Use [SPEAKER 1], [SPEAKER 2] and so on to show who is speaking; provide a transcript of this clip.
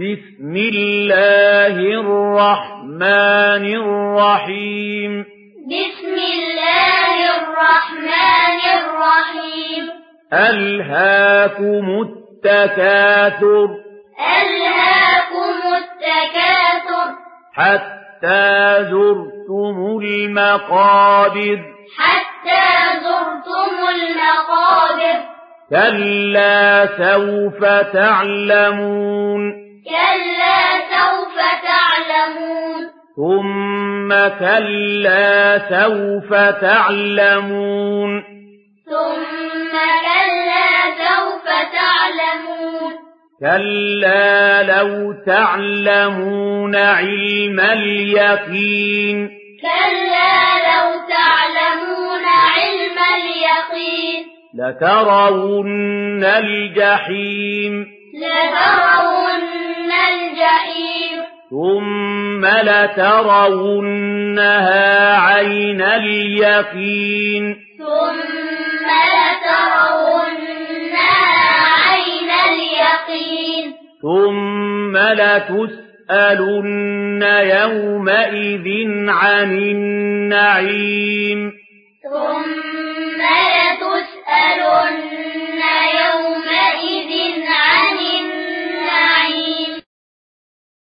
[SPEAKER 1] بسم الله الرحمن الرحيم
[SPEAKER 2] بسم الله الرحمن الرحيم
[SPEAKER 1] ألهاكم التكاثر
[SPEAKER 2] ألهاكم التكاثر
[SPEAKER 1] حتى زرتم المقابر
[SPEAKER 2] حتى زرتم المقابر
[SPEAKER 1] كلا سوف تعلمون
[SPEAKER 2] كلا سوف تعلمون
[SPEAKER 1] ثم كلا سوف تعلمون
[SPEAKER 2] ثم كلا سوف تعلمون
[SPEAKER 1] كلا لو تعلمون علم اليقين
[SPEAKER 2] كلا لو تعلمون علم اليقين
[SPEAKER 1] لترون الجحيم
[SPEAKER 2] لترون الجحيم
[SPEAKER 1] ثم لترونها عين اليقين
[SPEAKER 2] ثم لترونها عين اليقين
[SPEAKER 1] ثم لتسألن يومئذ عن النعيم
[SPEAKER 2] ثم